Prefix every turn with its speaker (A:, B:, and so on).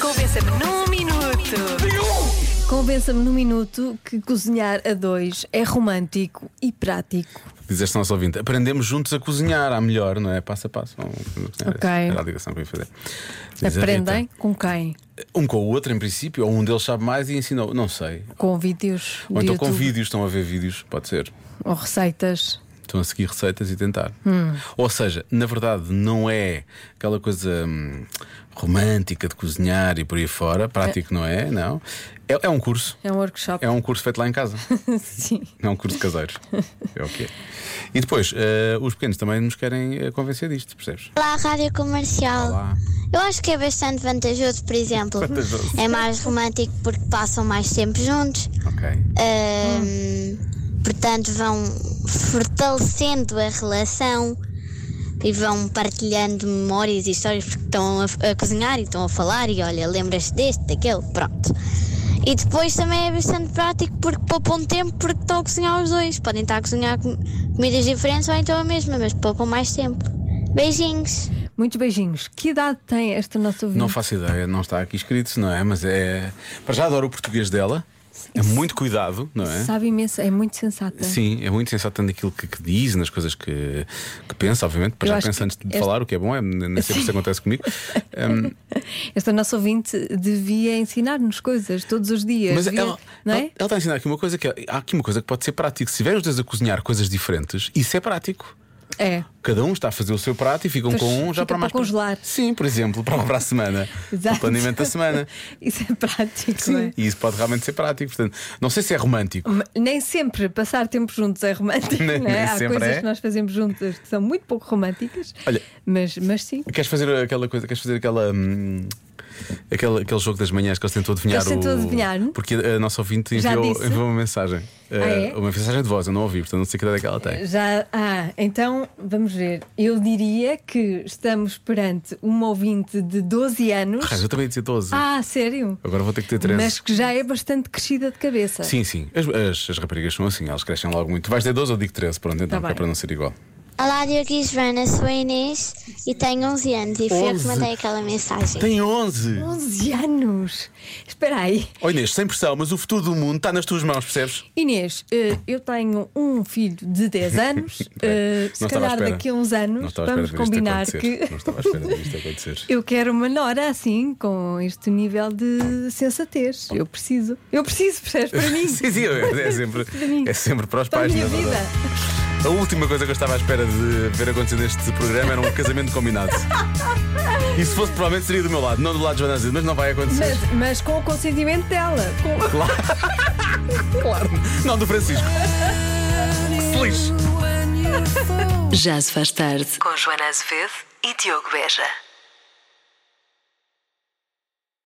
A: Convença-me num minuto.
B: Convença-me num minuto que cozinhar a dois é romântico e prático.
C: Diz este nosso ouvinte: aprendemos juntos a cozinhar, à melhor, não é? Passo a passo.
B: Ok.
C: Era a ligação que eu ia fazer. Diz a
B: Aprendem
C: Rita,
B: com quem?
C: Um com o outro, em princípio, ou um deles sabe mais e ensinou. Não sei.
B: Com vídeos
C: Ou
B: de
C: então com
B: YouTube,
C: vídeos, estão a ver vídeos, pode ser.
B: ou receitas.
C: Estão a seguir receitas e tentar.
B: Hum.
C: Ou seja, na verdade, não é aquela coisa hum, romântica de cozinhar e por aí fora, prático não é, não. É, é um curso.
B: É um workshop.
C: É um curso feito lá em casa,
B: Sim.
C: não é um curso de caseiros. É o que é. E depois, eh, os pequenos também nos querem eh, convencer disto, percebes?
D: Olá, Rádio Comercial.
C: Olá.
D: Eu acho que é bastante vantajoso, por exemplo.
C: Vantajoso.
D: É mais romântico porque passam mais tempo juntos.
C: Ok. Hum.
D: Ahm, Portanto, vão fortalecendo a relação e vão partilhando memórias e histórias porque estão a, a cozinhar e estão a falar e olha, lembras-te deste, daquele, pronto. E depois também é bastante prático porque poupam tempo porque estão a cozinhar os dois. Podem estar a cozinhar com- comidas diferentes ou então a mesma, mas poupam mais tempo. Beijinhos!
B: Muitos beijinhos. Que idade tem esta nossa ouvinte?
C: Não faço ideia, não está aqui escrito, não é? Mas é. Para já adoro o português dela. É muito cuidado, não é?
B: Sabe imenso, é muito sensata.
C: Sim, é muito sensato tanto naquilo que, que diz, nas coisas que, que pensa, obviamente. Para
B: Eu
C: já
B: acho
C: pensa
B: que
C: antes de
B: este-
C: falar, o que é bom, é, nem sempre isso acontece comigo. Hum,
B: Esta nossa ouvinte devia ensinar-nos coisas todos os dias.
C: mas
B: devia-
C: ela,
B: não é?
C: ela- ela está a ensinar aqui uma coisa que é, há aqui uma coisa que pode ser prática. Se tiverem os dois a cozinhar coisas diferentes, isso é prático.
B: É.
C: Cada um está a fazer o seu prato e ficam
B: Pois,
C: com um já
B: fica
C: para mais.
B: para congelar.
C: Sim, por exemplo, para, para a semana.
B: Exato.
C: O planeamento da semana.
B: Isso é prático. não
C: Sim.
B: é?
C: E isso pode realmente ser prático. Portanto, não sei se é romântico.
B: Ma- Hum, Nem sempre passar tempo juntos é romântico.
C: Nem-
B: não é?
C: nem
B: Há
C: sempre
B: coisas
C: é.
B: que nós fazemos juntas que são muito pouco românticas,
C: Olha-
B: mas, mas sim.
C: Queres fazer aquela coisa, queres fazer aquela. hum, aquele, aquele jogo das manhãs que eles tentou adivinhar
B: Eles tentam
C: o-
B: adivinhar. um?
C: Porque a nossa ouvinte
B: Já
C: enviou,
B: disse?
C: enviou uma mensagem. Eh,
B: é?
C: Uma mensagem de voz, eu não ouvi, portanto não sei que idade é que ela tem.
B: Já, ah, então vamos ver. Eu diria que estamos perante uma ouvinte de 12 anos.
C: Raios, eu também ia dizer 12.
B: Ah, sério?
C: Agora vou ter que ter 13.
B: Mas que já é bastante crescida de cabeça.
C: Sim, sim. As, as- as raparigas são assim, elas crescem logo muito. Tu vais ter 12 ou digo 13, pronto, então,
B: Tá
C: que é
B: bem.
C: para não ser igual.
D: Olá, Diogo e Joana, sou a Inês e tenho 11 anos e fui eu que
C: 11.
D: mandei aquela mensagem.
C: Tem 11!
B: 11 anos! Espera aí.
C: Oi Inês, sem pressão, mas o futuro do mundo está nas tuas mãos, percebes?
B: Inês, eh, eu tenho um filho de 10 anos. eh,
C: Não
B: se
C: estava à
B: calhar
C: espera.
B: daqui a uns
C: Não
B: anos
C: estava à
B: vamos
C: espera de
B: combinar
C: isto
B: que
C: acontecer. Não estava à espera disto acontecer.
B: eu quero uma nora assim, com este nível de sensatez. Eu preciso. Eu preciso, percebes? Para mim.
C: Sim, sim, é sempre,
B: Para mim.
C: é sempre para os
B: Para a
C: pais.
B: minha
C: na verdade.
B: vida.
C: A última coisa que eu estava à espera de ver acontecer neste programa era um casamento combinado. E se fosse, provavelmente seria do meu lado, não do lado de Joana Azevedo, mas não vai acontecer.
B: Mas, mas com o consentimento dela. Com...
C: Claro, não do Francisco. Que se lixe.
A: Já se faz tarde com Joana Azevedo e Diogo Beja.